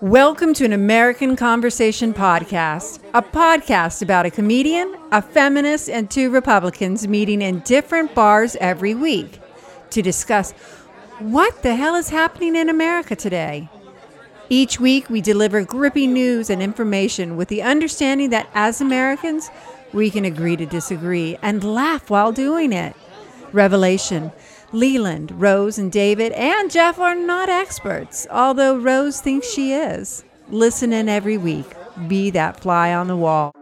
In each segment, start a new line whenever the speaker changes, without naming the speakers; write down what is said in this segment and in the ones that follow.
Welcome to an American Conversation podcast, a podcast about a comedian, a feminist, and two Republicans meeting in different bars every week to discuss what the hell is happening in America today. Each week, we deliver gripping news and information with the understanding that as Americans, we can agree to disagree and laugh while doing it. Revelation. Leland, Rose, and David, and Jeff are not experts, although Rose thinks she is. Listen in every week. Be that fly on the wall.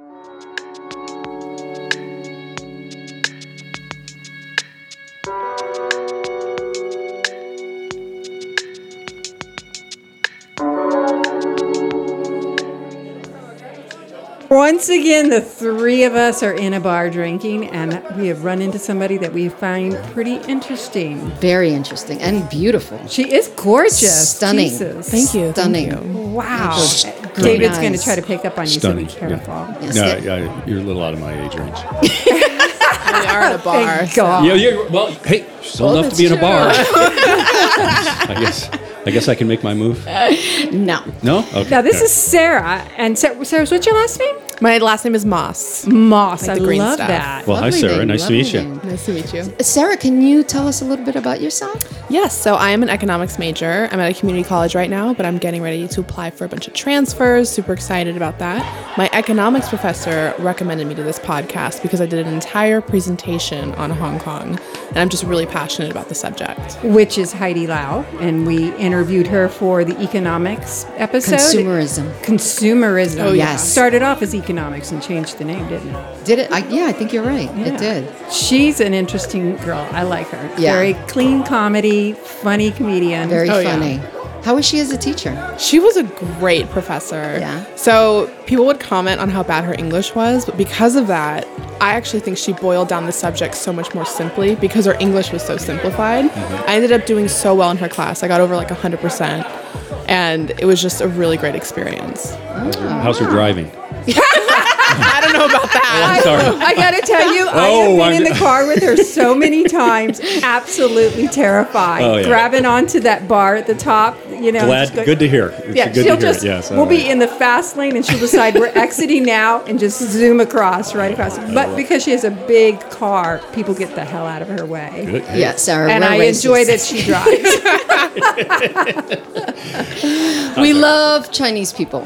Once again, the three of us are in a bar drinking, and we have run into somebody that we find pretty interesting.
Very interesting and beautiful.
She is gorgeous.
Stunning.
Jesus.
Thank you.
Stunning.
Wow. David's
David's
going to
eyes.
try to pick up on you,
Stunning.
so be
yeah.
careful.
Yes,
No,
it-
yeah, you're a little out of my age range.
We are in a bar.
Thank God.
yeah, yeah. Well, hey, she's old enough to be in a bar. I guess. I guess I can make my move.
No.
No. Okay.
Now, this
okay.
is Sarah. And Sarah, Sarah, what's your last name?
My last name is Moss.
Moss.
Like
I
the green
love
stuff.
that.
Well, hi,
Lovely
Sarah.
name,
Nice to
lovely
meet you.
name.
Nice to meet you.
Sarah, can you tell us a little bit about yourself?
Yes, so I am an economics major. I'm at a community college right now, but I'm getting ready to apply for a bunch of transfers. Super excited about that. My economics professor recommended me to this podcast because I did an entire presentation on Hong Kong, and I'm just really passionate about the subject.
Which is Heidi Lau. And we interviewed her for the economics episode.
Consumerism.
Consumerism.
Oh, yeah. Yes.
Started off as economics and changed the name, didn't it?
Did it? I, yeah, I think you're right. It did.
She's an interesting girl. I like her.
Yeah.
Very clean comedy, funny comedian.
Very
Oh, yeah.
funny. How is she as a teacher?
She was a great professor.
Yeah.
So people would comment on how bad her English was, but because of that, I actually think she boiled down the subject so much more simply because her English was so simplified.
Mm-hmm.
I ended up doing so well in her class. I got over like 100%, and it was just a really great experience.
How's
Oh.
her driving?
I don't know about that.
I'm sorry.
I gotta tell you, I have
Oh,
been
I'm-
in the car with her so many times, absolutely terrified,
Oh, yeah.
grabbing onto that bar at the top. You know,
Glad-
just go-
good to hear. It's
yeah,
good to
she'll
hear it,
just
yes, uh, I
we'll be
like it.
in the fast lane, and she'll decide we're exiting now, and just zoom across, right across. But because she has a big car, people get the hell out of her way,
Good. Hey,
Yeah, Sarah.
and
we're
I
racist.
enjoy that she drives.
We love Chinese people.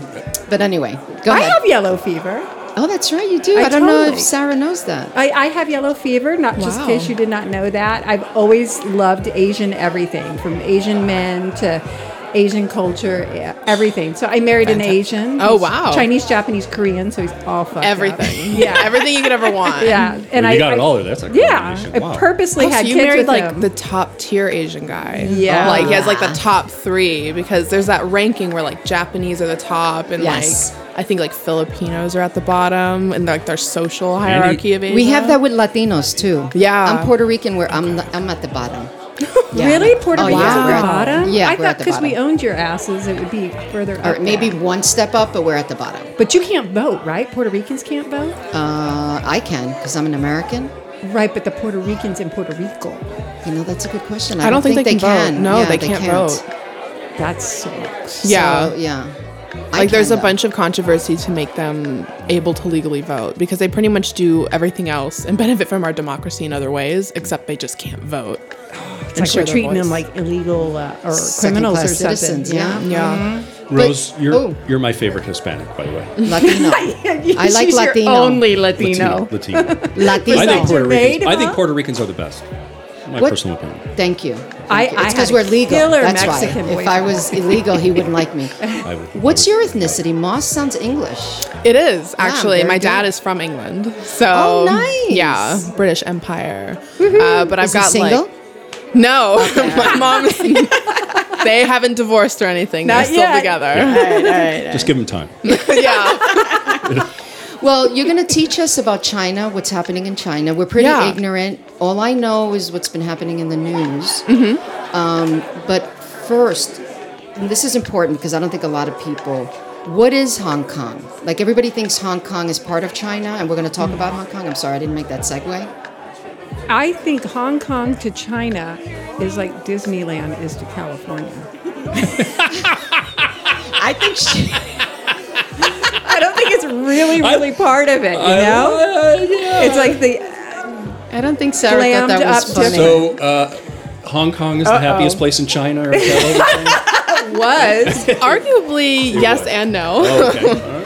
But anyway, go
I
ahead.
have yellow fever.
oh, that's right. You do.
I
I, don't know
totally-
if Sarah knows that.
I, I have yellow fever, not just in
Wow.
case you did not know that. I've always loved Asian everything, from Asian men to Asian culture, e- everything. So I married an Asian.
Oh,
He's
wow.
Chinese, Japanese, Korean, so he's all fucked up.
Everything.
Yeah.
Everything you could ever want.
yeah. And
you
I
got
I-
it all there. That's a
Yeah.
combination.
I
Wow.
purposely
Oh, so
had
you
kids
married
with
like
him.
the top tier Asian guy.
Yeah.
Like he has like
Yeah.
the top three because there's that ranking where like Japanese are the top and
Yes.
like I think like Filipinos are at the bottom and like their social
he-
hierarchy of Asia.
We have that with Latinos too.
Yeah.
I'm Puerto Rican where I'm I'm at the bottom. Yeah.
Really, Puerto
Oh,
Rico's
yeah,
at
we're
the
at the
bottom.
bottom. Yeah,
I
we're
thought
at the
because we
bottom.
owned your asses, it would be further.
Or
up
maybe
there.
one step up, but we're at the bottom.
But you can't vote, right? Puerto Ricans can't vote,
Uh, I can because I'm an American.
right? But the Puerto Ricans in Puter Rico.
You know, that's a good question.
I don't think they can vote. No,
Yeah,
they, can't, vote.
That sucks.
Yeah.
So, yeah. I
like there's
can
a
vote.
bunch of controversy to make them able to legally vote because they pretty much do everything else and benefit from our democracy in other ways except they just can't vote.
It's like we're treating them like illegal uh, or criminals or something.
Second-class citizens,
yeah.
Mm-hmm.
yeah.
Rose, you're
oh.
you're my favorite Hispanic, by the way.
Latino. I like
She's your
Latino.
only Latino.
Latino. Latino.
Latino.
I think Puerto
Jermaine,
Ricans. I think
huh?
Puerto Ricans are the best. My
What-
personal opinion.
Thank you.
I-
Thank you.
I
it's
had
because
a
we're legal.
killer
That's
Mexican
why. If
boyfriend.
I was illegal, he wouldn't like me.
I would- I
What's
would-
your ethnicity? Moss sounds English.
It is actually.
very
My
good.
dad is from England, so
Oh, nice. Mm-hmm.
Yeah, British Empire. Uh, but I've
Is he
got
single?
like no, my mom. they haven't divorced or anything.
Not
They're still
yet.
together.
Just give them time.
yeah,
Well, you're going to teach us about China, what's happening in China. We're pretty
Yeah.
ignorant. All I know is what's been happening in the news. Um,
Mm-hmm.
but first, and this is important because I don't think a lot of people. What is Hong Kong? Like everybody thinks Hong Kong is part of China, and we're going to talk about Hong Kong. I'm sorry, I didn't make that segue.
I think Hong Kong to China is like Disneyland is to California.
I think
I don't think it's really,
I-
really part of it, you
I-
know?
uh, yeah.
It's like the,
I don't think Sarah
Glammed
thought that was
up
funny.
different.
so. Uh, Hong Kong is the happiest place in China. Or oh,
was.
Arguably, yes and no.
okay. All right.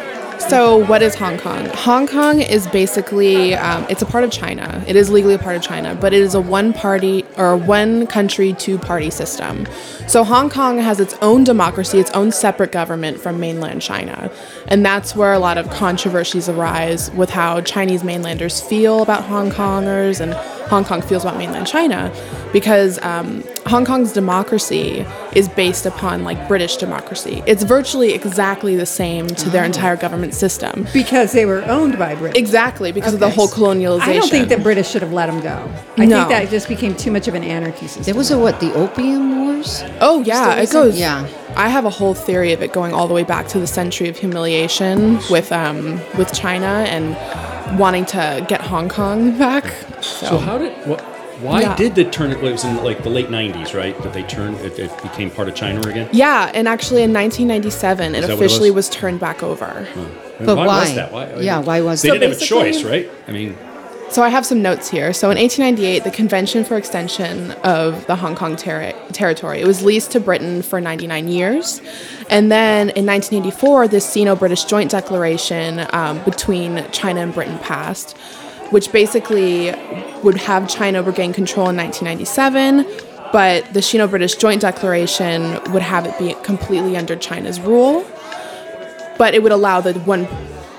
So, what is Hong Kong? Hong Kong is basically um, it's a part of China. It is legally a part of China, but it is a one-party or one-country, two-party system. So, Hong Kong has its own democracy, its own separate government from mainland China, and that's where a lot of controversies arise with how Chinese mainlanders feel about Hong Kongers and Hong Kong feels about mainland China, because um, Hong Kong's democracy is based upon like British democracy. It's virtually exactly the same to
Oh.
their entire government system.
Because they were owned by Britain.
Exactly because of the
Okay.
whole colonialization.
I don't think the British should have let them go. I
No.
think that just became too much of an anarchy system.
There was a what? The Opium Wars?
Oh yeah, it
Still
goes.
isn't? Yeah.
I have a whole theory of it going all the way back to the century of humiliation with um with China and wanting to get Hong Kong back.
So how did what? Why
Yeah.
did they turn it? It was in like the late '90s, right? That they turned it, it became part of China again.
Yeah, and actually in 1997 it
that what it
officially
was?
was? turned back over.
And
But
why, was
why?
that? Why?
Yeah, why was
they
that?
didn't have a
So basically-
choice, right? I mean,
So I have some notes here. So in 1898, the Convention for Extension of the Hong Kong terri Territory it was leased to Britain for 99 years, and then in 1984, the Sino-British Joint Declaration um, between China and Britain passed, which basically would have China regain control in 1997. But the Sino-British Joint Declaration would have it be completely under China's rule, but it would allow the one,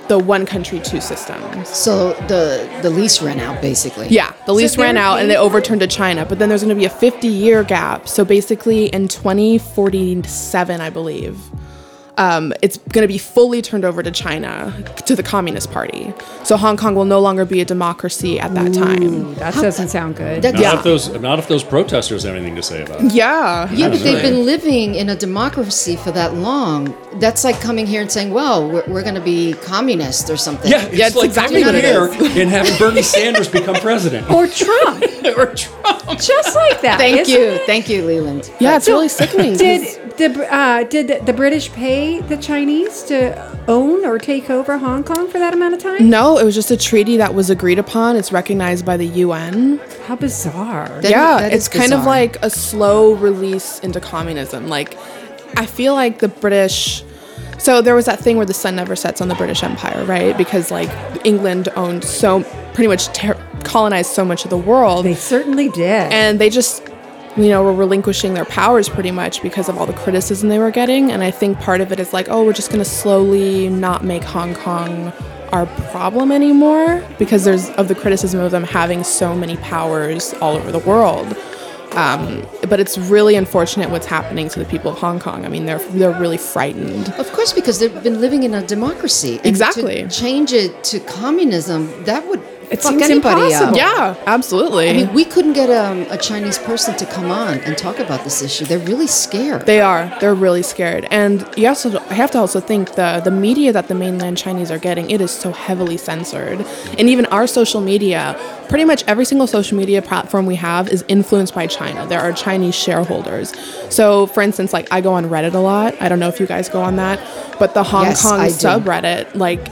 the one country, two systems.
So the the lease ran out basically.
Yeah, the lease ran
they're
out and they overturned to China, but then there's going to be a 50 year gap. So basically, in 2047, I believe, um, it's going to be fully turned over to China, to the Communist Party. So Hong Kong will no longer be a democracy at that time.
that doesn't sound good.
That-
not
Yeah.
if those not if those protesters have anything to say about it.
Yeah.
Yeah, but they've
Absolutely.
been living in a democracy for that long. That's like coming here and saying, "Well, we're, we're going to be communist or something."
Yeah, it's
Yeah, it's
like
exactly
coming
what it
here and having Bernie Sanders become president
or Trump.
or Trump.
just like that.
Thank
isn't
you,
it?
thank you, Leland.
Yeah, it's really sickening. 'cause-
Did the uh, did the British pay the Chinese to own or take over Hong Kong for that amount of time?
no, it was just a treaty that was agreed upon. It's recognized by the UN.
How bizarre.
That-
yeah,
that
it's
is
kind of
bizarre.
like a slow release into communism. Like, I feel like the British. So there was that thing where the sun never sets on the British Empire, right? Because like England owned so pretty much ter- colonized so much of the world,
They certainly did.
and they just you know were relinquishing their powers pretty much because of all the criticism they were getting. And I think part of it is like, oh, we're just gonna slowly not make Hong Kong our problem anymore because there's of the criticism of them having so many powers all over the world Um, but it's really unfortunate what's happening to the people of Hong Kong. I mean, they're they're really frightened.
Of course, because they've been living in a democracy. And to
Exactly.
change it to communism, that would
It
fuck
seems
anybody
impossible.
up.
Yeah, absolutely.
I mean, we couldn't get um, a Chinese person to come on and talk about this issue. They're really scared.
they are. They're really scared, and you also I have to also think the the media that the mainland Chinese are getting it is so heavily censored, and even our social media, pretty much every single social media platform we have is influenced by China. There are Chinese shareholders. So, for instance, like I go on Reddit a lot. I don't know if you guys go on that, but the Hong
Yes,
Kong
I do.
subreddit, like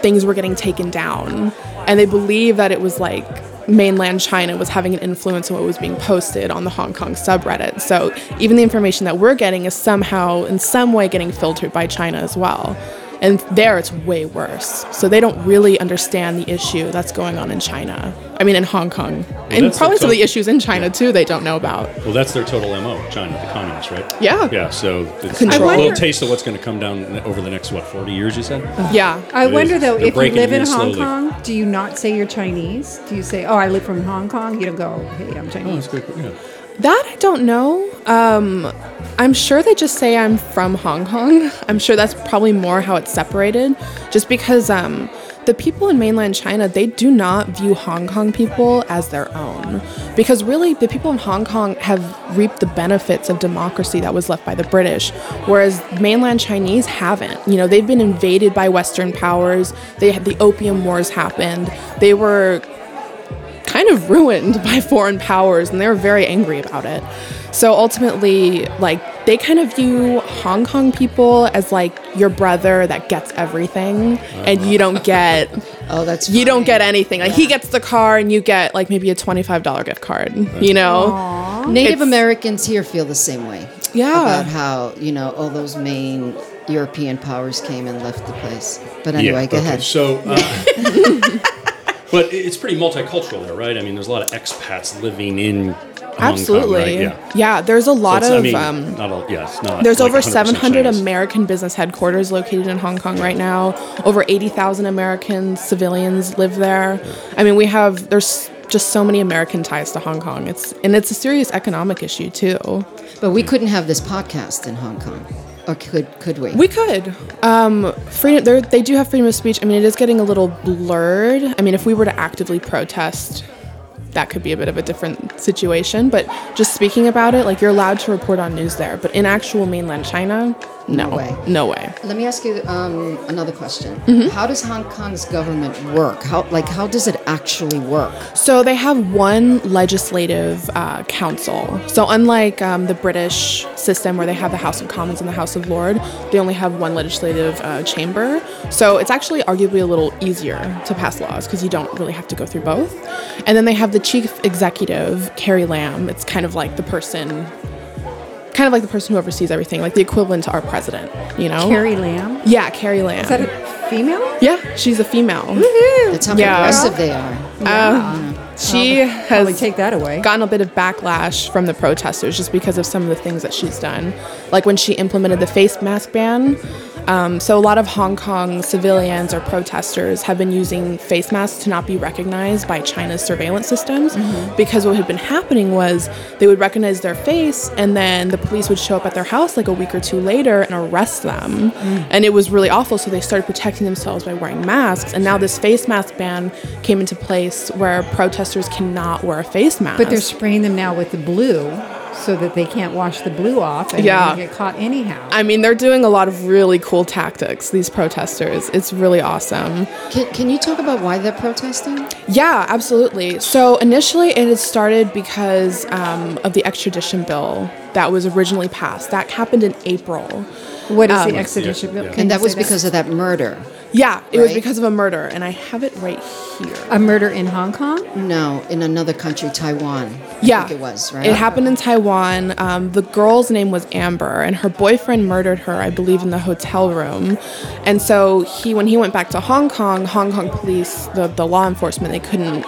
things were getting taken down and they believe that it was like mainland china was having an influence on what was being posted on the hong kong subreddit so even the information that we're getting is somehow in some way getting filtered by china as well and there it's way worse so they don't really understand the issue that's going on in china i mean in hong kong and
that's the
probably some of the
tough-
issues in china too they don't know about
Well, that's their total mo. China, the communists, right?
Yeah.
Yeah. So it's
Control.
a
I
little
wonder-
taste of what's going to come down over the next what 40 years. You said.
yeah
I
It
wonder
is.
though,
They're
if you
breaking
live
it
in
in
Hong
slowly.
Kong, do you not say you're Chinese? Do you say, "Oh, I live from Hong Kong"? You don't go, "Hey, I'm
Oh,
Chinese."
that's good. Yeah.
That I don't know. Um, I'm sure they just say I'm from Hong Kong. I'm sure that's probably more how it's separated, just because um, the people in mainland China they do not view Hong Kong people as their own, because really the people in Hong Kong have reaped the benefits of democracy that was left by the British, whereas mainland Chinese haven't. You know, they've been invaded by Western powers. They had the Opium Wars happened. They were kind of ruined by foreign powers and they were very angry about it. So ultimately, like they kind of view Hong Kong people as like your brother that gets everything, and you don't get
Oh, that's
you don't
funny.
get anything. Like he gets the car, and you get like maybe a twenty five dollar gift card. You know,
Native
It's-
Americans here feel the same way.
Yeah.
About how, you know, all those main European powers came and left the place. But anyway, go
okay,
ahead.
So, uh, but it's pretty multicultural there, right? I mean, there's a lot of expats living in Hong Kong, right?
absolutely.
Yeah.
there's a lot
It's-
of
I mean,
um,
not all, yeah, it's not.
There's
like
over
100%
700
Chinese.
American business headquarters located in Hong Kong right now. Over 80,000 American civilians live there. I mean, we have there's just so many American ties to Hong Kong. It's and it's a serious economic issue too.
But we couldn't have this podcast in Hong Kong. Or could could we?
We could. Um, freedom. there- They do have freedom of speech. I mean, it is getting a little blurred. I mean, if we were to actively protest, that could be a bit of a different situation. But just speaking about it, like you're allowed to report on news there, but in actual mainland China, no,
No way.
no way.
Let me ask you um, another question.
Mm-hmm.
How does Hong Kong's government work? How like how does it actually work?
So they have one legislative uh, council. So unlike um, the British system where they have the House of Commons and the House of Lords, they only have one legislative uh, chamber. So it's actually arguably a little easier to pass laws because you don't really have to go through both. And then they have the chief executive, Carrie Lam. It's kind of like the person, kind of like the person who oversees everything, like the equivalent to our president. You know?
Carrie Lamb.
Yeah, Carrie Lam.
Is that a Mm-hmm. female?
yeah, she's a female.
That's how
Yeah.
progressive they are.
She
I
has
would take that away.
gotten a bit of backlash from the protesters just because of some of the things that she's done, like when she implemented the face mask ban. Um, so a lot of Hong Kong civilians or protesters have been using face masks to not be recognized by China's surveillance systems because what had been happening was they would recognize their face and then the police would show up at their house like a week or two later and arrest them. And it was really awful. So they started protecting themselves by wearing masks. And now this face mask ban came into place where protesters cannot wear a face mask.
But they're spraying them now with the blue so that they can't wash the blue off and
Yeah.
they get caught anyhow.
I mean, they're doing a lot of really cool tactics, these protesters. It's really awesome.
Can, can you talk about why they're protesting?
Yeah, absolutely. So initially, it had started because um, of the extradition bill that was originally passed. That happened in April.
what is
Um,
the extradition bill?
yeah.
Can
And
you
that was
say
because of that murder.
Yeah, it was
Right.
because of a murder, and I have it right here.
a murder in Hong Kong?
No, in another country, Taiwan. I
Yeah,
think it was right.
It happened in Taiwan. Um, the girl's name was Amber, and her boyfriend murdered her, I believe, in the hotel room. And so he, when he went back to Hong Kong, Hong Kong police, the, the law enforcement, they couldn't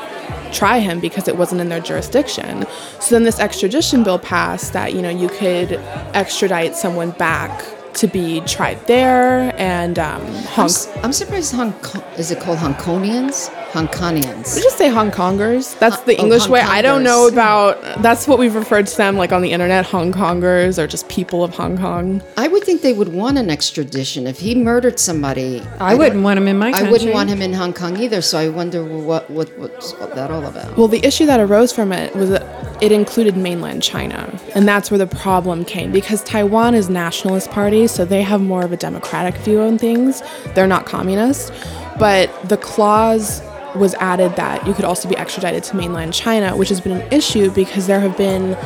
try him because it wasn't in their jurisdiction. So then this extradition bill passed that you know you could extradite someone back to be tried there, and um,
I'm,
Hong.
s- I'm surprised Hong Kong is it called Hong Konians? Hong Konians.
We just say Hong Kongers. That's the
Oh,
English
Hong
way. I don't know
Kongers.
about. That's what we've referred to them like on the internet, Hong Kongers or just people of Hong Kong.
I would think they would want an extradition if he murdered somebody.
I, wouldn't want them in my
I
country.
wouldn't want him in Hong Kong either. So I wonder what what what's that all about?
Well, the issue that arose from it was that it included mainland China, and that's where the problem came because Taiwan is nationalist party, so they have more of a democratic view on things. They're not communist, but the clause was added that you could also be extradited to mainland China, which has been an issue because there have been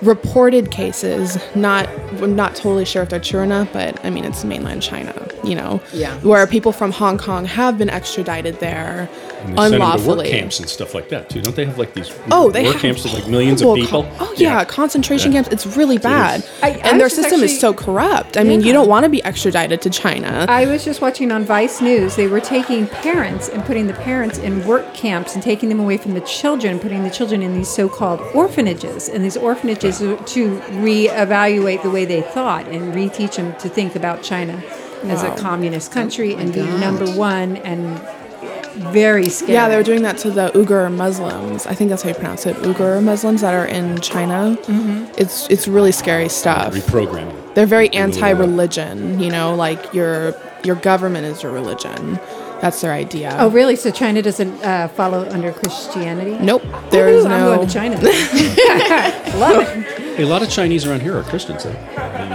reported cases not I'm not totally sure if they're true or not but I mean it's mainland China you know
Yeah.
where people from Hong Kong have been extradited there
And they
unlawfully
Send them to work camps and stuff like that too. Don't they have like these
Oh, they
work
have
camps with like millions of
horrible
people?
con- oh yeah, concentration
Yeah.
camps. It's really bad,
I- I
and their
was just
system is
actually-
so corrupt. I mean, you don't want to be extradited to China.
I was just watching on Vice News. They were taking parents and putting the parents in work camps and taking them away from the children, putting the children in these so-called orphanages. And these orphanages are to reevaluate the way they thought and reteach them to think about China as a
Wow. Oh
communist country and be
God.
number one and very scary.
yeah, they were doing that to the Uyghur Muslims. I think that's how you pronounce it. Uyghur Muslims that are in China. Mm-hmm. It's it's really scary stuff.
Reprogramming.
They're very
Remove that.
anti-religion. You know, like your your government is your religion. That's their idea.
Oh, really? So China doesn't uh, follow under Christianity?
Nope. There is
Woohoo, I'm
no-
going to China. Love it.
A lot of Chinese around here are Christians. Though. I mean,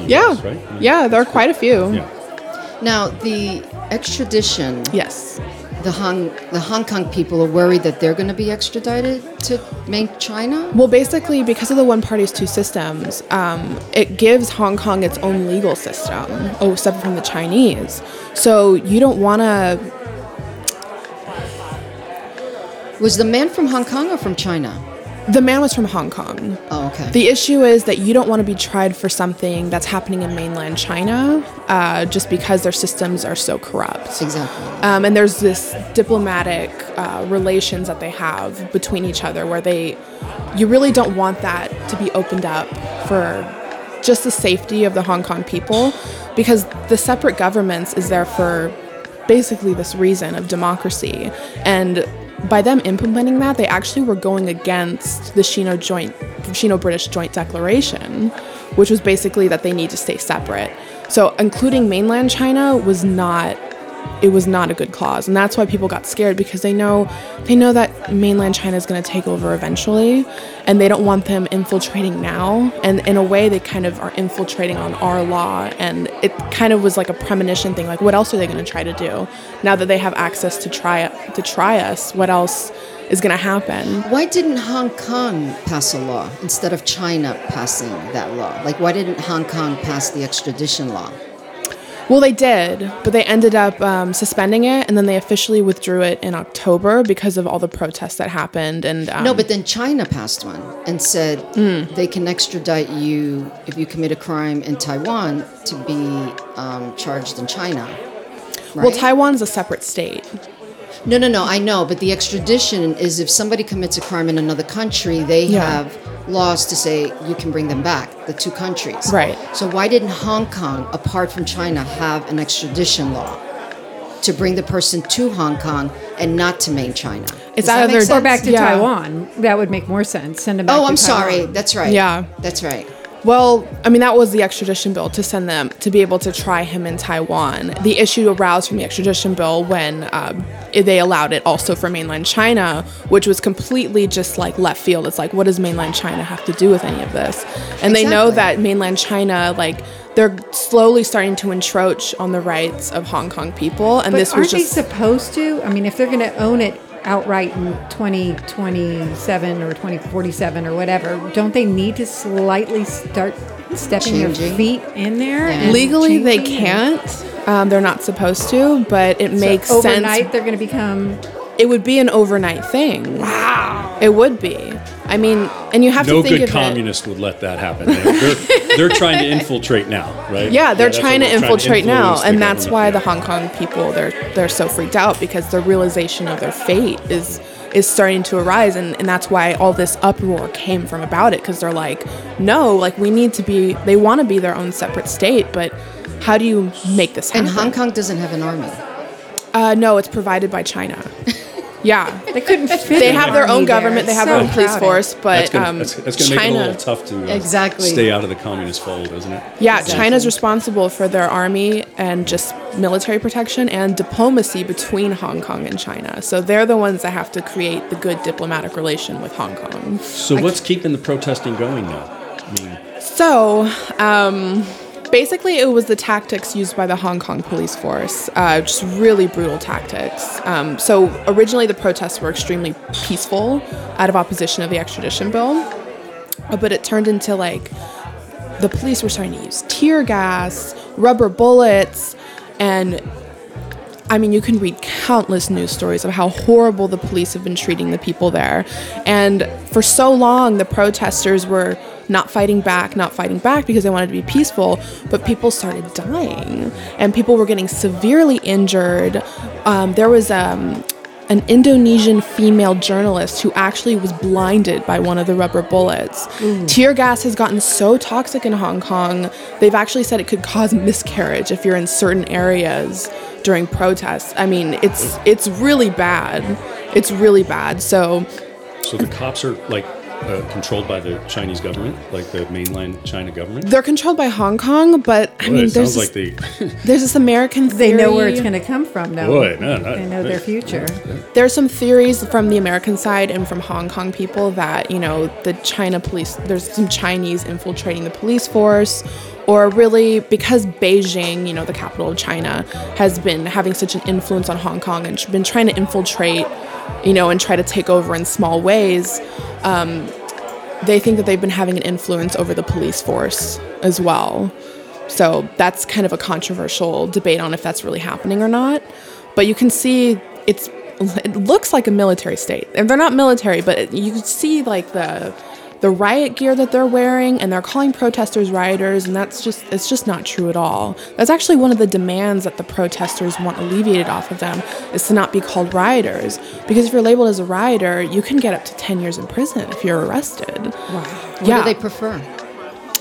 in the
yeah,
US, right? I mean,
yeah. There are quite a few.
Yeah.
Now the extradition
Yes.
the Hong the Hong Kong people are worried that they're going to be extradited to main China.
Well, basically, because of the one party's two systems, um, it gives Hong Kong its own legal system, oh, separate from the Chinese. So you don't want to.
Was the man from Hong Kong or from China?
The man was from Hong Kong.
Oh, okay.
The issue is that you don't want to be tried for something that's happening in mainland China uh, just because their systems are so corrupt.
exactly.
Um, and there's this diplomatic uh, relations that they have between each other where they, you really don't want that to be opened up for just the safety of the Hong Kong people because the separate governments is there for basically this reason of democracy. And by them implementing that, they actually were going against the Shino joint, Shino British joint declaration, which was basically that they need to stay separate. So including mainland China was not it was not a good clause and that's why people got scared because they know they know that mainland china is going to take over eventually and they don't want them infiltrating now and in a way they kind of are infiltrating on our law and it kind of was like a premonition thing like what else are they going to try to do now that they have access to try to try us what else is going to happen
Why didn't Hong Kong pass a law instead of China passing that law? Like, why didn't Hong Kong pass the extradition law?
Well, they did, but they ended up um, suspending it, and then they officially withdrew it in October because of all the protests that happened. And um, Hmm.
No, but then China passed one and said they can extradite you if you commit a crime in Taiwan to be um, charged in China.
well,
right?
Taiwan's a separate state.
No, no, no. I know, but the extradition is if somebody commits a crime in another country, they
Yeah.
have laws to say you can bring them back. The two countries,
Right.
So why didn't Hong Kong, apart from China, have an extradition law to bring the person to Hong Kong and not to main China? Does
It's
that
either-
make
or
Or
sense?
back to
Yeah.
Taiwan. That would make more sense. Send them back
Oh,
to
I'm
Taiwan.
sorry. That's right.
Yeah.
that's right.
Well, I mean, that was the extradition bill to send them to be able to try him in Taiwan. The issue arose from the extradition bill when um, they allowed it also for mainland China, which was completely just like left field. It's like, what does mainland China have to do with any of this? And they know
Exactly.
that mainland China, like, they're slowly starting to encroach on the rights of Hong Kong people, and
But
this
aren't
was just
they supposed to? I mean, if they're going to own it outright in 2027 or 2047 or whatever, don't they need to slightly start stepping their
Changing.
feet in there?
Yeah.
and
legally they
changing and-
can't. Um, they're not supposed to, but it
So
makes
overnight
sense
they're going to become
it would be an overnight thing. Wow. It would be. I mean, and you have
No
to think
good
of it.
communist would let that happen. They're, they're, they're trying to infiltrate now, right?
Yeah, they're
that's what
trying to infiltrate now,
influence the
and that's
government,
why
yeah.
the Hong Kong people they're they're so freaked out because the realization of their fate is is starting to arise, and, and that's why all this uproar came from about it because they're like, no, like we need to be. They want to be their own separate state, but how do you make this happen?
And Hong Kong doesn't have an army.
uh, no, it's provided by China. yeah,
they couldn't fit.
they
an
have their
army
own
there.
government, they have
So
their own police
crowded.
force, but
That's gonna,
um,
that's, that's
China.
gonna make it a little tough to uh,
Exactly.
stay out of the communist fold, isn't it?
Yeah, China's responsible for their army and just military protection and diplomacy between Hong Kong and China. So they're the ones that have to create the good diplomatic relation with Hong Kong.
So what's keeping the protesting going now? I mean,
So, um, basically, it was the tactics used by the Hong Kong police force, uh, just really brutal tactics. Um, so, originally, the protests were extremely peaceful out of opposition of the extradition bill, Uh, but it turned into like the police were starting to use tear gas, rubber bullets, and I mean, you can read countless news stories of how horrible the police have been treating the people there. And for so long, the protesters were not fighting back, not fighting back because they wanted to be peaceful, but people started dying and people were getting severely injured. Um, there was um, an Indonesian female journalist who actually was blinded by one of the rubber bullets. Tear gas has gotten so toxic in Hong Kong, they've actually said it could cause miscarriage if you're in certain areas during protests. I mean, it's it's really bad. It's really bad. So
so the cops are like uh, controlled by the Chinese government, like the mainland China government.
they're controlled by Hong Kong, but I
Boy,
mean,
it
there's
sounds
this,
like they.
there's this American
They
theory.
know where it's going to come from, though.
Boy, no, no,
they know
no.
their future.
There's some theories from the American side and from Hong Kong people that, you know, the China police, there's some Chinese infiltrating the police force or really because Beijing, you know, the capital of China, has been having such an influence on Hong Kong and been trying to infiltrate, you know, and try to take over in small ways. Um, they think that they've been having an influence over the police force as well. So that's kind of a controversial debate on if that's really happening or not. But you can see it's it looks like a military state, and they're not military, but it, you can see like the the riot gear that they're wearing, and they're calling protesters rioters, and that's just it's just not true at all. That's actually one of the demands that the protesters want alleviated off of them is to not be called rioters, because if you're labeled as a rioter, you can get up to ten years in prison if you're arrested. Wow.
What do they prefer?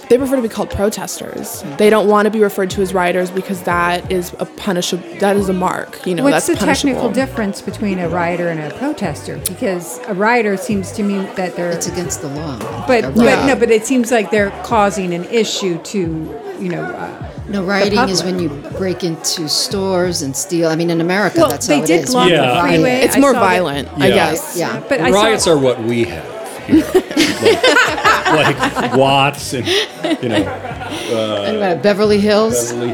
They prefer to be called protesters. They don't want to be referred to as rioters because that is a punishable. That is a mark. You know,
What's
that's
the
punishable.
technical difference between a rioter and a protester? Because a rioter seems to me that they're
It's against the law.
But,
A
but
riot-
no, but it seems like they're causing an issue to you know. Uh,
no, rioting is
public.
when you break into stores and steal. I mean, in America,
Well,
that's
they
how it
did
is.
block
the Yeah, and- freeway.
It's
I
more
saw that-
violent, I
Yeah.
guess.
Yeah.
but I
Riots
saw,
are what we have here. like, like Watts and you know
And, uh, Beverly Hills.
Beverly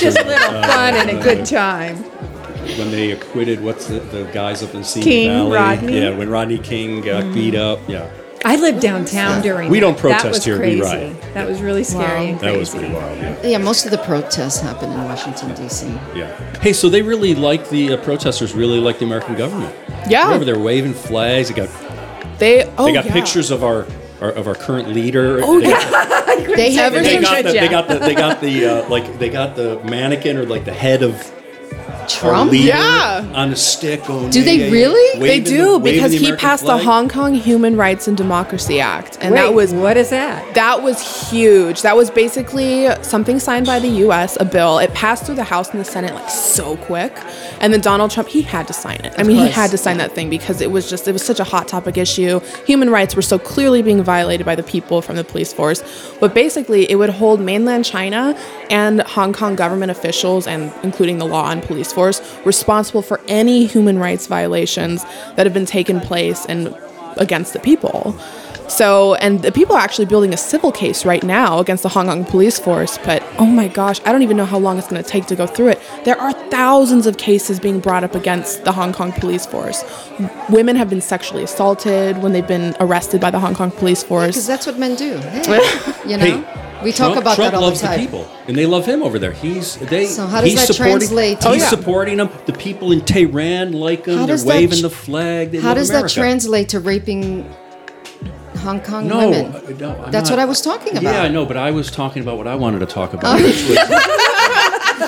just
and,
little
uh,
fun and a
uh,
good time.
when they acquitted what's the, the guys up in Simi
King,
Valley?
Rodney.
Yeah, when Rodney King got
Mm-hmm.
beat up. Yeah,
I lived downtown during.
We don't
that.
protest
that was
here, we
Crazy.
riot.
That was really scary.
Wow.
and
that was
crazy.
pretty wild. Yeah.
Yeah, most of the protests happen in Washington D.C.
yeah. Hey, so they really like the uh, protesters. Really like the American government.
Yeah.
Remember they're waving flags. They got
They oh
they got
yeah.
pictures of our, our of our current leader.
Oh
They
yeah.
got-
They have
Ever
they
since
got, the,
Shijia.
they got the they got the uh, like they got the mannequin or like the head of our
Trump.
leader
Yeah.
on a stick. Going,
Do they
yeah, yeah,
really? They
yeah,
They
waving the-
do
waving
because
the
he
American
passed the
flag.
Hong Kong Human Rights and Democracy Act, and that
Wait,
was
what is that?
That was huge. That was basically something signed by the US, a bill. It passed through the House and the Senate like so quick. And then Donald Trump, he had to sign it. I mean, he
course.
had to sign that thing because it was just, it was such a hot topic issue. Human rights were so clearly being violated by the people from the police force. But basically, it would hold mainland China and Hong Kong government officials, and including the law and police force, responsible for any human rights violations that have been taking place and against the people. So, and the people are actually building a civil case right now against the Hong Kong police force. But oh my gosh, I don't even know how long it's going to take to go through it. There are thousands of cases being brought up against the Hong Kong police force. Women have been sexually assaulted when they've been arrested by the Hong Kong police
Because
force.
that's what men do. Hey, you know,
Hey,
we talk
Trump-
about
Trump
that all
loves
the time.
people, and they love him over there. He's they.
So how does
he's
that
supporting-
translate to-
He's
Oh, yeah.
supporting them. The people in Tehran like him.
How
They're
does that
waving
tr-
the flag. They
How
love
does that
America.
translate to raping Hong Kong
No,
women?
uh, no, I'm
That's
not-
what I was talking about. Oh.
Yeah, I know, but I was talking about what I wanted to talk about, which was,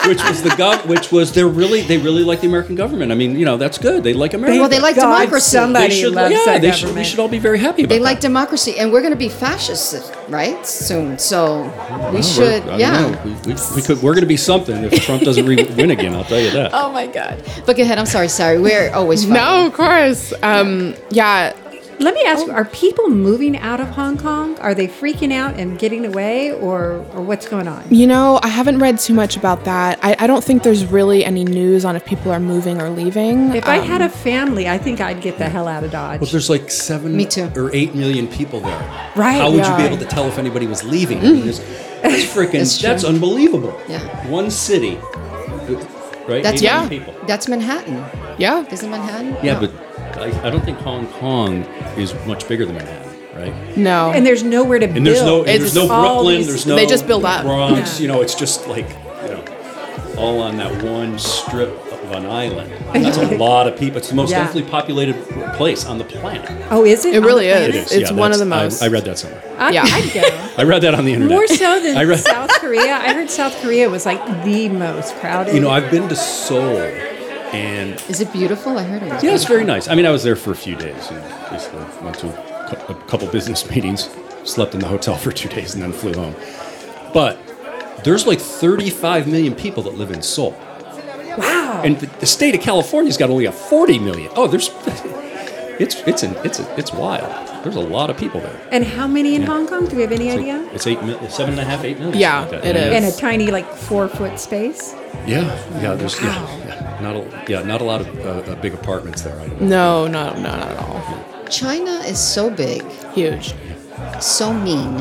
which was the gov, which was they're really they really like the American government. I mean, you know, that's good. They like America.
Well, they like
God,
democracy.
Somebody
They should,
loves
yeah,
our
they should, we
government.
should all be very happy about
They
that.
like democracy, and we're going to be fascists, right? Soon, so we should,
Oh, I don't know.
yeah.
We, we, we could, we're going to be something if Trump doesn't re- win again. I'll tell you that.
Oh my God.
But go ahead. I'm sorry. Sorry, we're always fighting.
No, of course. Um, yeah.
Let me
Oh.
ask: you, Are people moving out of Hong Kong? Are they freaking out and getting away, or or what's going on?
You know, I haven't read too much about that. I, I don't think there's really any news on if people are moving or leaving. Um,
If I had a family, I think I'd get the hell out of Dodge.
um, Well, there's like seven
Me too.
or eight million people there.
Right,
How would you be
yeah.
able to tell if anybody was leaving? I mean, there's- that's freaking.
Mm. That's
that's,
true.
unbelievable.
Yeah.
One city, right?
That's
Eight
yeah.
million people.
That's Manhattan.
yeah.
Isn't Manhattan? No.
Yeah, but I, I don't think Hong Kong is much bigger than Manhattan, right?
No.
and there's nowhere to
And
build.
there's no, and there's
It's
no
all
Brooklyn.
these-
There's no.
They just build up.
Bronx.
Yeah.
You know, it's just like you know, all on that one strip of an island. That's a lot of people. It's the most
Yeah.
densely populated place on the planet.
Oh, is it?
It really
On the
is.
planet?
It's one of
that's-
the
I-
most.
I read that somewhere.
I'd,
Yeah.
I'd go.
I read that on the internet.
More so than
I read,
South Korea. I heard South Korea was like the most crowded.
You know, I've been to Seoul, and
is it beautiful? I heard it. Was
yeah, it's
beautiful.
very nice. I mean, I was there for a few days. You know, basically went to a cou- a couple business meetings, slept in the hotel for two days, and then flew home. But there's like 35 million people that live in Seoul,
wow.
and the, the state of California's got only a 40 million. Oh, there's, it's it's an, it's a, it's wild. There's a lot of people there.
and how many in Hong Kong? Do we have any
It's,
idea?
like, it's eight, mil- seven and a half, eight million.
Yeah,
something
it
Yeah.
In
is.
a tiny, like four foot space.
Yeah, yeah. There's
Wow.
yeah, yeah, not a yeah, not a lot of uh, uh, big apartments there. I don't know.
No, no, no, not at all.
China is so big.
Huge.
so mean,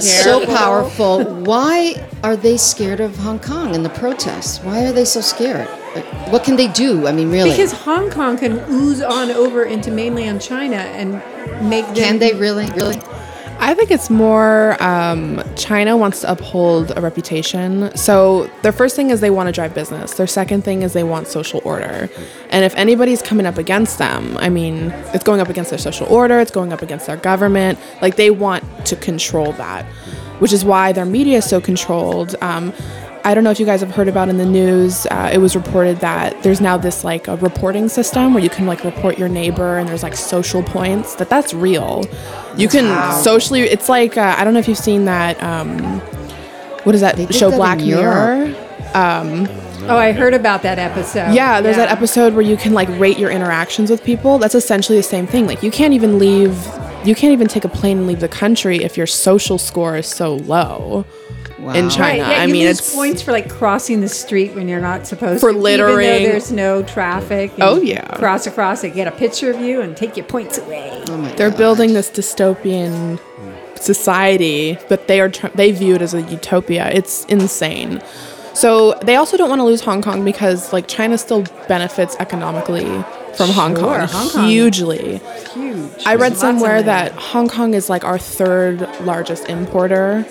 so powerful. Why are they scared of Hong Kong and the protests? Why are they so scared? Like, what can they do? I mean, really?
Because Hong Kong can ooze on over into mainland China and make them.
can they really? Really?
I think it's more um, China wants to uphold a reputation. So their first thing is they want to drive business. Their second thing is they want social order. And if anybody's coming up against them, I mean, it's going up against their social order. It's going up against their government. Like they want to control that, which is why their media is so controlled. Um, I don't know if you guys have heard about in the news. Uh, it was reported that there's now this like a reporting system where you can like report your neighbor, and there's like social points. That that's real. You can socially. It's like uh, I don't know if you've seen that. Um, what is that
did
show?
that in
Black
Europe.
Mirror.
Oh, I heard about that episode.
Yeah, there's that episode where you can like rate your interactions with people. That's essentially the same thing. Like you can't even leave. You can't even take a plane and leave the country if your social score is so low.
Wow.
In China,
Right, yeah,
I
you
mean,
lose
it's
points for like crossing the street when you're not supposed
For
to. even
littering.
though there's no traffic. and
Oh, yeah.
cross across, they get a picture of you and take your points away.
Oh my
They're
God.
building this dystopian society, but they are tr- they view it as a utopia. It's insane. So they also don't want to lose Hong Kong because like China still benefits economically from Hong
Sure,
Kong
Hong Kong.
hugely.
Huge.
I
There's
read
lots of
somewhere
land.
that Hong Kong is like our third largest importer.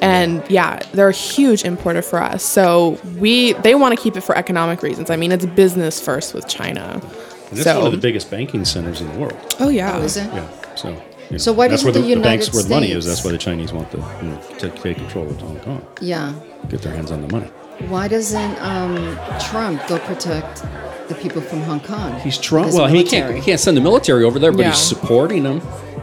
And yeah, they're a huge importer for us. So we they want to keep it for economic reasons. I mean, it's business first with China.
And that's
so
one of the biggest banking centers in the world.
oh yeah,
Oh, is it?
Yeah. So. you know,
So why
that's
doesn't
where the,
the
the banks
United
where the money is.
States-
That's why the Chinese want the you know, to take control of Hong Kong,
Yeah.
get their hands on the money.
Why doesn't um, Trump go protect the people from Hong Kong?
He's Trump.
His
Well, he can't,
military.
he can't send the military over there, but
Yeah.
he's supporting them,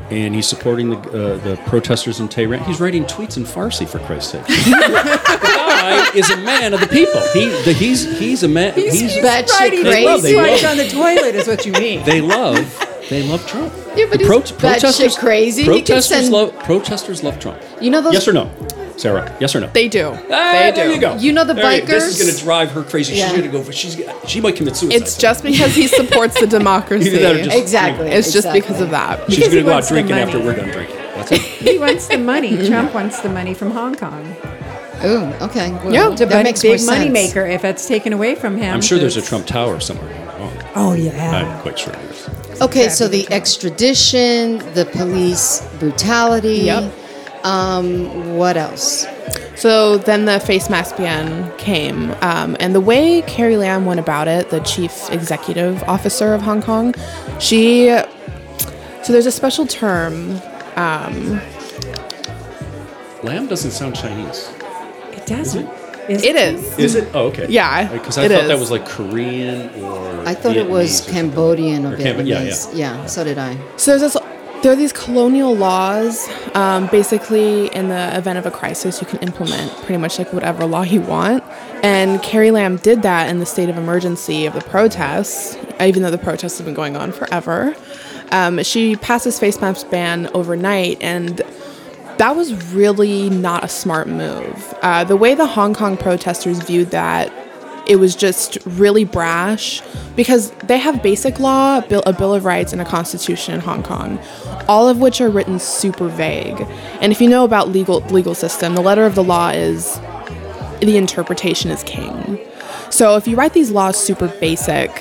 and he's supporting the uh, the protesters in Tehran. He's writing tweets in Farsi for Christ's sake. the guy is a man of the people. He the, he's he's a man. He's,
batshit
Writing
They
love- they
crazy like
love-
on the toilet is what you mean.
they love they love Trump.
Yeah, but
The
he's batshit crazy. He can
Protesters
send-
love protesters love Trump.
You know those-
Yes or no, Sarah? Yes or no?
they do.
Ah,
they do.
there you go.
You know the
There you- This is
bikers?
going to drive her crazy.
Yeah.
She's going to go. She's she might commit suicide.
It's just because he supports the democracy.
Either that or just-
Exactly.
it's just
exactly.
because of that.
she's going to
he
go out
wants the
drinking
money.
after we're done drinking. That's it.
He wants the money. Trump wants the money from Hong Kong.
Ooh, okay. Well,
Yeah.
The
that
big,
makes
big
more sense.
moneymaker, if that's taken away from him.
I'm sure there's a
it's-
Trump Tower somewhere. in Hong Kong.
Oh, yeah.
I'm quite sure there's.
Okay, so the extradition, the police brutality.
Yep.
Um, what else?
So then the face mask ban came, um, and the way Carrie Lam went about it, the chief executive officer of Hong Kong, she. So there's a special term.
Lamb doesn't sound Chinese.
It doesn't.
It is.
Is it? Oh, okay.
Yeah,
Because I
it
thought that
is.
was like Korean or.
I thought it was
Vietnamese or something.
Cambodian or,
Or Cambo-
Vietnamese.
yeah,
yeah. so did I.
So there's this, there are these colonial laws. Um, basically, in the event of a crisis, you can implement pretty much like whatever law you want. And Carrie Lam did that in the state of emergency of the protests, even though the protests have been going on forever. Um, she passed this face mask ban overnight, and that was really not a smart move. Uh, the way the Hong Kong protesters viewed that, it was just really brash because they have basic law, a bill, a bill of rights, and a constitution in Hong Kong, all of which are written super vague. And if you know about legal legal system, the letter of the law is the interpretation is king. So if you write these laws super basic,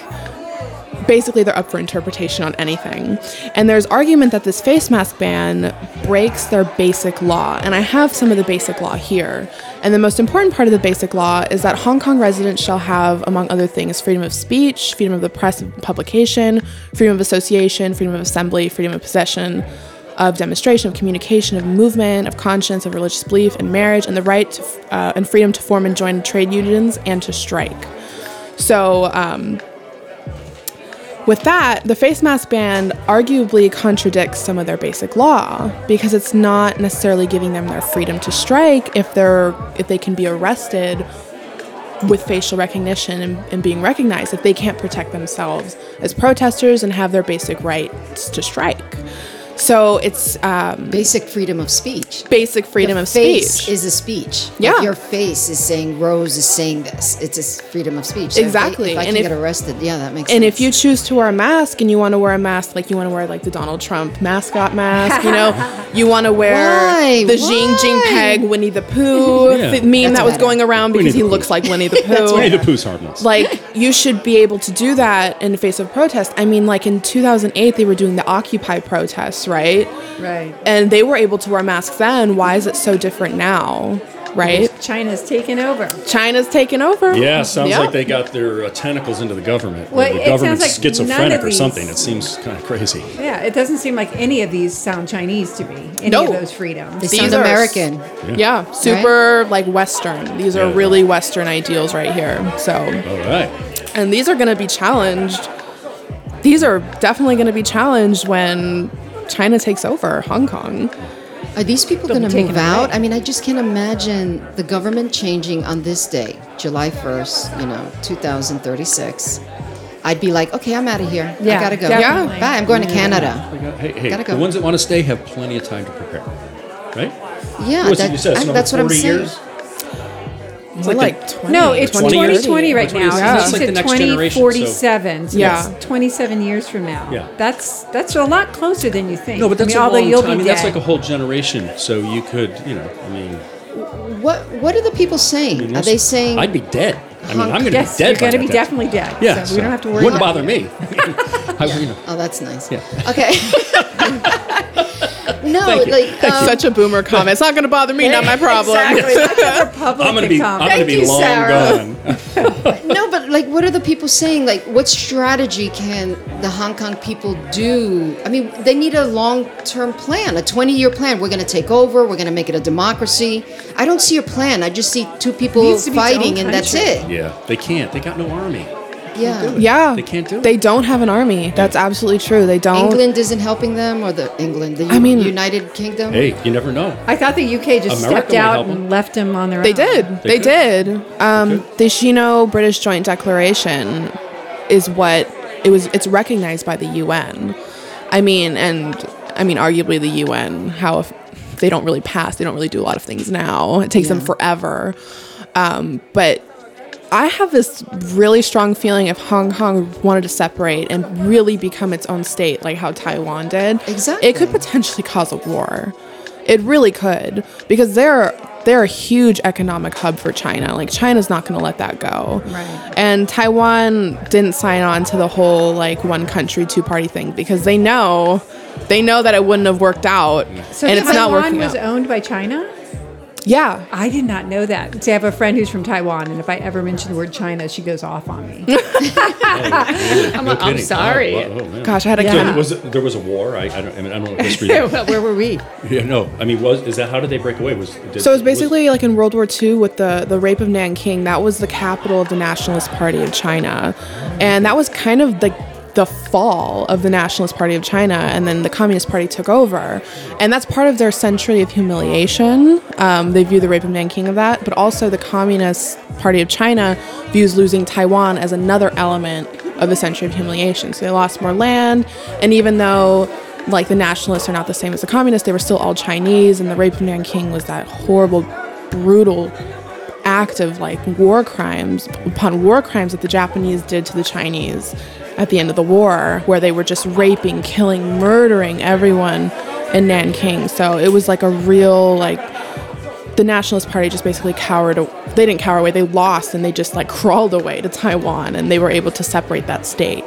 basically they're up for interpretation on anything. And there's argument that this face mask ban breaks their basic law. And I have some of the basic law here. And the most important part of the basic law is that Hong Kong residents shall have, among other things, freedom of speech, freedom of the press and publication, freedom of association, freedom of assembly, freedom of possession. Of demonstration, of communication, of movement, of conscience, of religious belief, and marriage, and the right to, f- uh, and freedom to form and join trade unions and to strike. So, um, with that, the face mask ban arguably contradicts some of their basic law because it's not necessarily giving them their freedom to strike if they're if they can be arrested with facial recognition and, and being recognized if they can't protect themselves as protesters and have their basic rights to strike. So it's um,
Basic freedom of speech.
basic freedom
The
of
face
speech.
is a speech. Like,
Yeah.
your face is saying Rose is saying this. It's a s- freedom of speech. So if they-
Exactly.
If I,
And
can
if-
get arrested, yeah, that makes
and
sense.
if you choose to wear a mask and you want to wear a mask, like you want to wear like the Donald Trump mascot mask, you know, you want to wear
Why?
the
Why?
Xi Jinping Winnie the Pooh
Yeah.
th- meme
That's
that was
better.
going around
Winnie
because
the
he
Pooh.
looks like Winnie the Pooh.
Winnie the Pooh's harmless.
like you should be able to do that in the face of protest. I mean, like in 2008, they were doing the Occupy protests, right?
Right.
And they were able to wear masks then. Why is it so different now, right?
China's taken over.
China's taken over.
yeah, sounds
Yeah.
like they got their uh, tentacles into the government. or
Well, it
the
sounds
government's
like none
schizophrenic
of
or
these-
something. It seems kind of crazy.
Yeah, it doesn't seem like any of these sound Chinese to me. Any
No.
of those freedoms.
they
These
sound
are s-
American.
Yeah, super like Western. These are
Yeah.
really Western ideals right here. So,
All right.
and these are going to be challenged. These are definitely going to be challenged when China takes over Hong Kong.
Are these people
They'll
going
be
to move
taken
out?
away.
I mean, I just can't imagine the government changing on this day, July 1st, you know, 2036. I'd be like, okay, I'm out of here.
Yeah,
I gotta go.
definitely.
Bye. I'm going to Canada.
We got- hey, hey,
Gotta go.
the ones that want to stay have plenty of time to prepare, right?
Yeah,
What's it you said?
I-
It's
that's what
another
I'm
40
saying.
years?
It's
like
like
the-
20,
No, it's
20 years?
2020 right now.
Yeah.
It's
It's
like the next generation, so-
2047. So
Yeah.
that's 27 years from now.
Yeah.
That's that's a lot closer than you think.
No, but
I
that's
mean,
a
although
long
you'll
time.
be
I mean, that's
dead.
like a whole generation. So you could, you know, I mean,
What What are the people saying? Are they saying?
I'd be dead. I mean,
Hong-
I'm going to
yes,
be dead.
you're
going to
be definitely dead.
Yeah,
so we don't have to worry.
Wouldn't
about
bother me. I, you know,
oh, that's nice. Okay. no,
Thank you.
like um,
such a boomer comment. It's not going to bother me. Not my problem.
Exactly. That's a Republican
I'm going to be. I'm
comment.
Thank
going to be
you,
long
Sarah.
gone.
um, no, but like, what are the people saying? Like, what strategy can the Hong Kong people do? I mean, they need a long-term plan, a 20-year plan. We're going to take over. We're going to make it a democracy. I don't see a plan. I just see two people
Needs to be its own
fighting, and that's
country.
it.
Yeah, they can't. They got no army.
Yeah.
Yeah,
They can't do it.
They don't have an army. That's absolutely true. They don't.
England isn't helping them, or the England, the
I mean-
United Kingdom.
Hey, you never know.
I thought the UK just
America
stepped
would
out
help
and
them.
left them on their
They
own.
did.
They
They, did. Um,
could.
the Shino British Joint Declaration is what it was. It's recognized by the UN. I mean, and I mean, arguably the UN. How if they don't really pass, they don't really do a lot of things now. It takes them
Yeah.
forever. Um, but I have this really strong feeling if Hong Kong wanted to separate and really become its own state, like how Taiwan did,
Exactly.
it could potentially cause a war. It really could because they're they're a huge economic hub for China. Like China's not going to let that go.
Right.
And Taiwan didn't sign on to the whole like one country two party thing because they know they know that it wouldn't have worked out
So Taiwan
and it's not working
was
out.
owned by China.
yeah.
I did not know that. See, I have a friend who's from Taiwan, and if I ever mention the word China, she goes off on me.
I'm,
I'm sorry. Gosh, I had a
oh, So
kind
there was a, there was a war. I, I don't. I mean, I don't know what history. that-
Where were we?
yeah, no. I mean, was is that how did they break away? Was did,
So it was basically like in World War II with the, the rape of Nanking. That was the capital of the Nationalist Party of China. And that was kind of the the fall of the Nationalist Party of China, and then the Communist Party took over. And that's part of their century of humiliation. Um, they view the rape of Nanking of that, but also the Communist Party of China views losing Taiwan as another element of the century of humiliation. So they lost more land, and even though like the nationalists are not the same as the communists. They were still all Chinese, and the rape of Nanking was that horrible, brutal act of like war crimes upon war crimes that the Japanese did to the Chinese at the end of the war, where they were just raping, killing, murdering everyone in Nanking. So it was like a real like the Nationalist Party just basically cowered. They didn't cower away. They lost, and they just like crawled away to Taiwan, and they were able to separate that state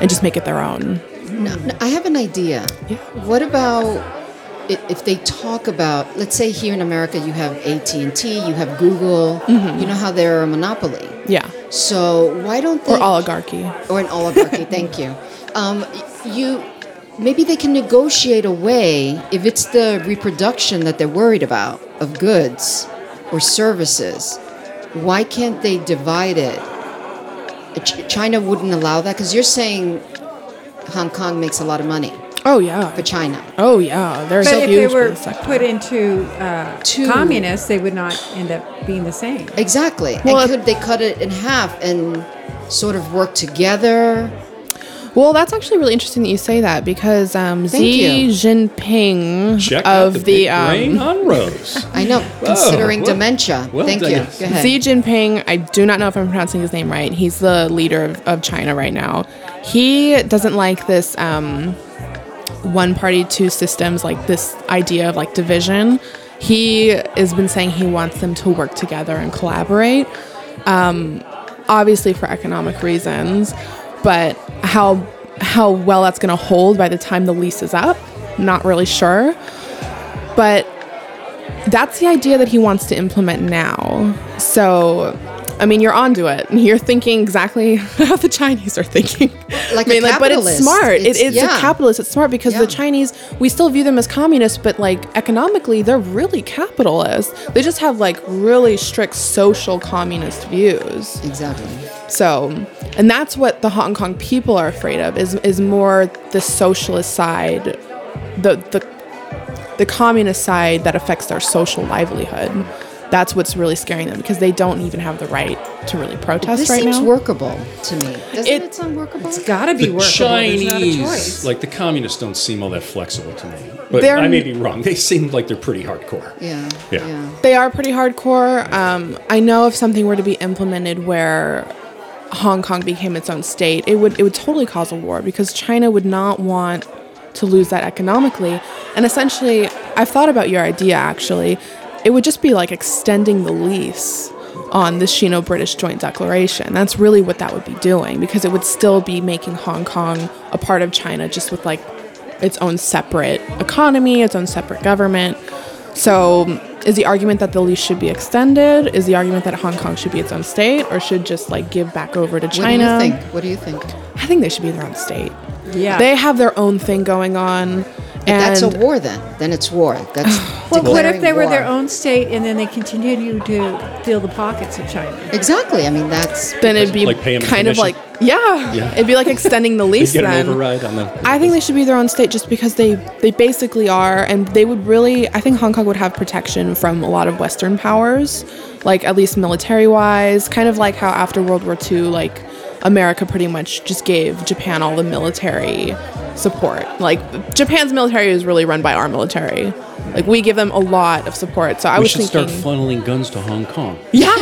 and just make it their own.
No, no, I have an idea. What about i- if they talk about, let's say here in America, you have AT and T, you have Google. You know how they're a monopoly.
Yeah.
So why don't they
or oligarchy.
or an oligarchy? thank you. Um, y- you maybe they can negotiate away if it's the reproduction that they're worried about of goods or services. Why can't they divide it? Ch- China wouldn't allow that because you're saying Hong Kong makes a lot of money
Oh yeah.
for China.
oh yeah. They're
But
so
if
huge.
they were
in the sector.
put into uh,
Two.
communists, they would not end up being the same.
Exactly.
Well,
and could they cut it in half and sort of work together?
Well, that's actually really interesting that you say that because um,
Thank
Xi
you.
Jinping
Check out
of
the,
the
big
um,
brain on Rose.
I know, considering
well-
dementia.
well
Thank
done,
you.
yes.
Go ahead.
Xi Jinping, I do not know if I'm pronouncing his name right. He's the leader of, of China right now. He doesn't like this um, one party, two systems, like this idea of like division. He has been saying he wants them to work together and collaborate, um, obviously for economic reasons, but how how well that's going to hold by the time the lease is up, not really sure. But that's the idea that he wants to implement now. So, I mean, you're onto it. You're thinking exactly how the Chinese are thinking.
Like a
Mainly, but it's
capitalist.
smart. It- It's,
It's- yeah.
a capitalist. It's smart because
Yeah.
the Chinese, we still view them as communists, but like economically, they're really capitalist. They just have like really strict social communist views.
Exactly.
So, and that's what the Hong Kong people are afraid of is is more the socialist side, the the the communist side that affects their social livelihood. That's what's really scaring them because they don't even have the right to really protest
This
right
seems
now.
workable to me. Doesn't
It-
it, sound workable?
It's got to be
the
workable. There's not a
Chinese,
choice.
like the communists, don't seem all that flexible to me. But
They're-
I may be wrong. They seem like they're pretty hardcore.
yeah.
Yeah.
They are pretty hardcore. Um, I know if something were to be implemented where Hong Kong became its own state, it would it would totally cause a war because China would not want to lose that economically. And essentially, I've thought about your idea actually. It would just be like extending the lease on the Sino British Joint Declaration. That's really what that would be doing because it would still be making Hong Kong a part of China just with like its own separate economy, its own separate government. So, is the argument that the lease should be extended? Is the argument that Hong Kong should be its own state, or should just like give back over to
What do
China?
you think? What do you think?
I think they should be their own state.
Yeah.
they have their own thing going on, and
That's a war then. Then it's war. That's
well, what if
declaring
they were their
war.
own state and then they continue to fill the pockets of China?
Exactly. I mean, that's
then it'd be
Like pay 'em a
kind of
commission?
like yeah,
Yeah.
it'd be like extending the
They
lease
get
then.
an override on the.
I think they should be their own state just because they, they basically are, and they would really, I think Hong Kong would have protection from a lot of Western powers, like at least military wise, kind of like how after World War II, like America pretty much just gave Japan all the military support. Like Japan's military is really run by our military. Like we give them a lot of support. So I
we
was
should
thinking,
start funneling guns to Hong Kong.
yeah,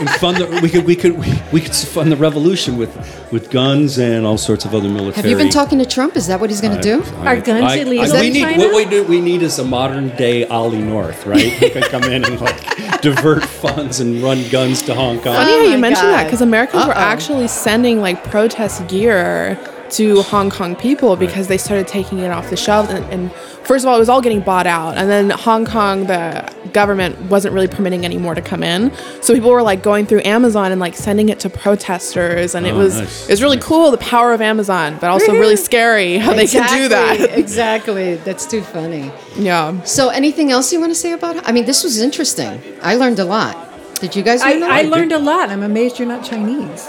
and fund the, we could we could we, we could fund the revolution with with guns and all sorts of other military.
Have you been talking to Trump? Is that what he's going to do?
I-
Are guns
I-
illegal
we
in
need,
China?
What we, do, we need is a modern day Ollie North, right? He could come in and like divert funds and run guns to Hong Kong.
funny how
my
you mentioned that
God.
because Americans were
Uh-oh.
actually sending like protest gear to Hong Kong people because they started taking it off the shelves. And, and first of all, it was all getting bought out. And then Hong Kong, the government wasn't really permitting any more to come in. So people were like going through Amazon and like sending it to protesters. And it
Oh,
was
nice.
it was really
Nice.
cool, the power of Amazon, but also really scary how they can do that.
exactly. That's too funny.
yeah.
So, anything else you want to say about it? I mean, this was interesting. I learned a lot. Did you guys learn a lot?
I, I learned a lot. I'm amazed you're not Chinese.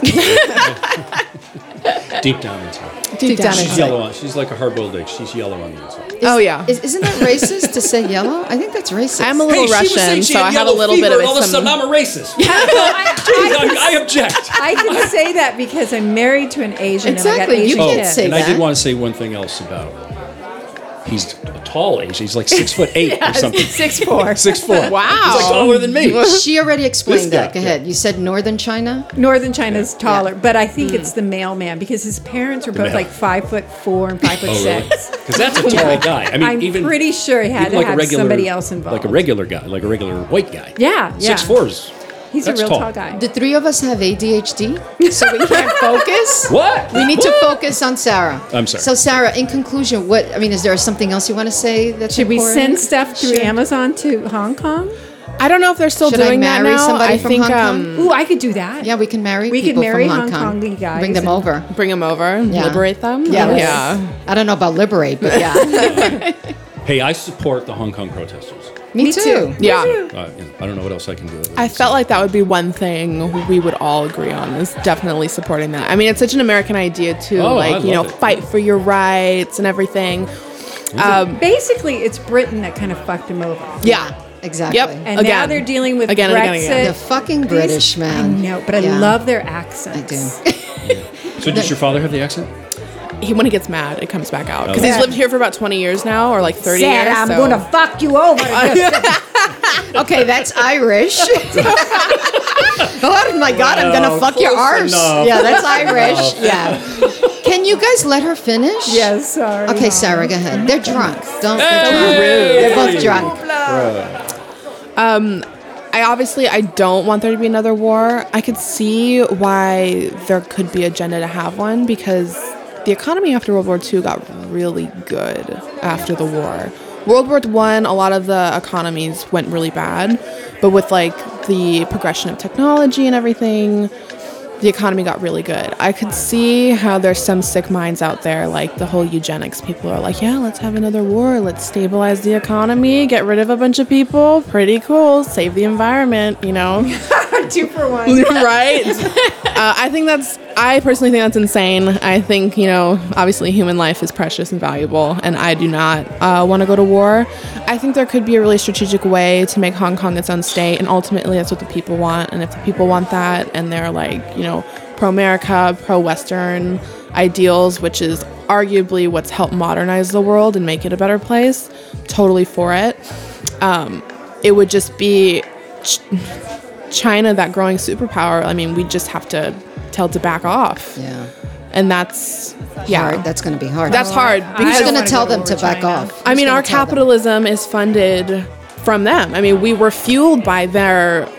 Deep down inside,
Deep down
she's
inside.
yellow. On, she's like a hard-boiled egg. She's yellow on the inside.
Oh yeah.
Is, isn't that racist to say yellow? I think that's racist.
I'm a little Russian, so I had a little bit of it.
all of a sudden I'm
some-
a racist.
I,
I, I object.
I can say that because I'm married to an Asian.
Exactly, you
And I got Asian
can't
kids.
say
Oh, and I
that.
did want to say one thing else about. He's a tall Asian. He's like six foot eight or something.
Six four.
Six four.
Wow.
He's like taller than me.
she already
This
explained
guy,
that. Go
yeah.
ahead. You said northern China.
Northern China's taller,
Yeah. Mm.
but I think it's the mailman because his parents were both
mail-
like five foot four and five foot
Oh, really?
six.
Because that's a tall guy. I mean,
I'm
even
pretty sure he had to
even like
have
a regular,
somebody else involved.
like a regular guy, like a regular white guy.
Yeah, yeah.
six fours.
He's a
That's
real tall, guy.
The three of us have ADHD, so we can't focus.
What?
We need to
What?
focus on Sarah.
I'm sorry.
So, Sarah, in conclusion, what I mean is there something else you want to say? That
Should we send stuff through Amazon to Hong Kong?
I don't know if they're still
Should I
doing that
marry
now.
somebody
I
from
think
Hong Kong?
um,
Ooh, I could do that.
Yeah, we can marry.
We could
people
marry
from Hong,
Hong Kong
Kong.
guys
Bring them
and-
over.
bring them over,
Yeah.
liberate them.
Yes.
Yeah.
I don't know about liberate, but yeah,
Hey, I support the Hong Kong protesters.
me,
Me
too.
too.
Yeah.
Uh, you know, I don't know what else I can do.
I felt like that would be one thing we would all agree on is definitely supporting that. I mean, it's such an American idea too,
Oh, I
like you know,
love it.
fight for your rights and everything.
Basically, it's Britain that kind of fucked him over.
Yeah.
Exactly.
Yep.
And now
Again.
they're dealing with
Again and
Brexit.
again and again.
The fucking British man.
I know, but I
Yeah.
love their
I
accents.
do.
So, does your father have the accent?
he when he gets mad, it comes back out because
Okay.
he's lived here for about 20 years now, or like 30
Said,
years.
I'm
so-
going to fuck you over.
Okay, that's Irish. oh my God, I'm gonna
Well,
fuck your arse.
close enough.
Yeah, that's Irish. Yeah. Can you guys let her finish?
yes, sorry.
Okay, Sarah, go ahead. They're drunk. Don't. They're, drunk. They're both drunk.
I obviously I don't want there to be another war. I could see why there could be agenda to have one because the economy after World War II got really good after the war. World War One, a lot of the economies went really bad, but with like the progression of technology and everything, the economy got really good. I could see how there's some sick minds out there, like the whole eugenics people are like, yeah, let's have another war, let's stabilize the economy, get rid of a bunch of people, pretty cool, save the environment, you know?
Two for one.
right? uh, I think that's, I personally think that's insane. I think, you know, obviously human life is precious and valuable, and I do not uh, want to go to war. I think there could be a really strategic way to make Hong Kong its own state, and ultimately that's what the people want. And if the people want that, and they're like, you know, pro America, pro Western ideals, which is arguably what's helped modernize the world and make it a better place, totally for it. Um, it would just be China, that growing superpower, I mean, we just have to tell it to back off.
Yeah.
And that's, yeah,
Hard. That's gonna be hard.
that's hard.
Who's
I don't
Because,
gonna
wanna
tell
go to
them
war
to
with
back
China.
off?
I mean,
Who's
our
gonna tell them?
capitalism is funded from them. I mean, we were fueled by their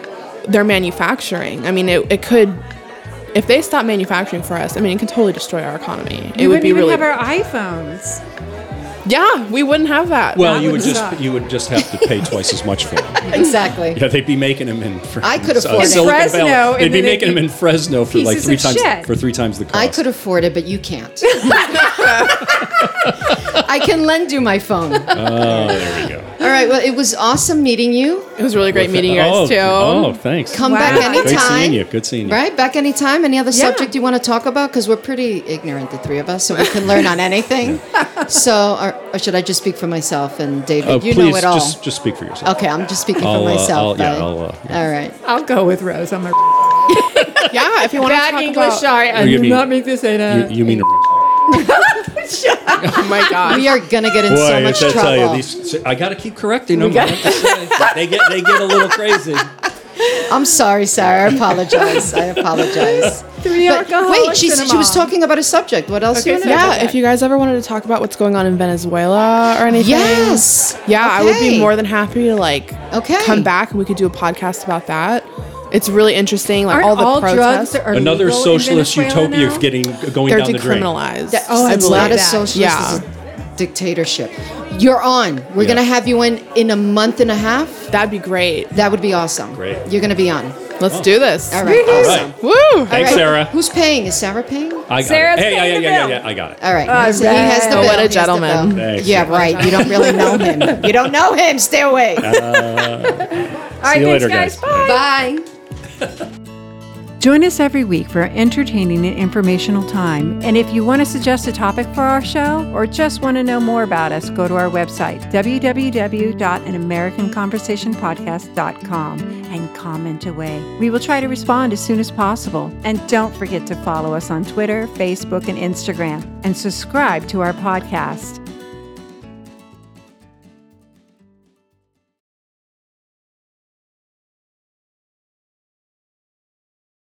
their manufacturing. I mean, it, it could, if they stop manufacturing for us, I mean, it could totally destroy our economy.
We
it
wouldn't
would be
even
really,
have our iPhones.
yeah, we wouldn't have that.
Well,
That
you
would
would just
suck.
you would just have to pay twice as much for them.
Exactly.
Yeah, they'd be making them in. Fre-
I could
uh,
afford it.
Silicon Valley.
Fresno, and
They'd be
then they'd
making
be
them in Fresno for like
pieces
three
of
times
shit.
for three times the cost.
I could afford it, but you can't. I can lend you my phone. All
Oh, there we go.
right. Well, it was awesome meeting you.
it was really great meeting you guys,
oh,
too.
Oh, thanks.
Come
Wow.
back
Great
anytime.
Great seeing you. Good seeing you.
Right? Back anytime. Any other subject you want to talk about? Because we're pretty ignorant, the three of us, so we can learn on anything. so, or, or should I just speak for myself and David?
Oh,
you
please,
know it all.
Just, just speak for yourself.
okay, I'm just speaking
I'll,
for
uh,
myself.
I'll- yeah,
right?
I'll, uh,
all right.
I'll go with Rose. I'm a
yeah, if you want to
bad
talk
English.
about,
Sorry, I
Or you
do
mean-
not make this say that.
You, you mean
oh my God.
We are going to get in
boy?
so much
if I
trouble.
tell you, these, I gotta keep correcting them. I have to say. they get they get a little crazy.
I'm sorry, Sarah. I apologize. I apologize.
Three
But
alcoholics
wait, she,
and a
she was
mom.
talking about a subject. What else you want to
Yeah, if you guys ever wanted to talk about what's going on in Venezuela or anything.
Yes.
Yeah, I would
Okay.
be more than happy to like
Okay.
come back and we could do a podcast about that. It's really interesting, like
Aren't
all the protests.
drugs are
Another
legal in
socialist
Venezuela
utopia
now?
of getting going
they're
down the drain.
decriminalized.
oh, I
it's
believe
not a
that.
socialist
Yeah.
it's a dictatorship. You're on. We're
Yeah.
going to have you in in a month and a half.
That'd be great.
That would be awesome.
Great.
You're going to be on.
Let's do this.
All right. Awesome.
Right.
Woo!
Thanks,
All right.
Sarah.
Who's paying? Is Sarah paying? All
I got
Sarah's
it. Hey, yeah, yeah,
paying the
yeah,
bill.
yeah, yeah, I got it.
right.
All
He's- He
right.
has the
Oh,
bill.
what a
He has the
Uh, gentleman.
bill.
Thanks.
Yeah, right. You don't really know him. You don't know him. Stay away.
All right,
See
thanks,
you later,
guys.
guys.
Bye.
Bye.
Join us every week for entertaining and informational time. And if you want to suggest a topic for our show or just want to know more about us, go to our website, www.anamericanconversationpodcast.com, and comment away. We will try to respond as soon as possible. And don't forget to follow us on Twitter, Facebook, and Instagram, and subscribe to our podcast.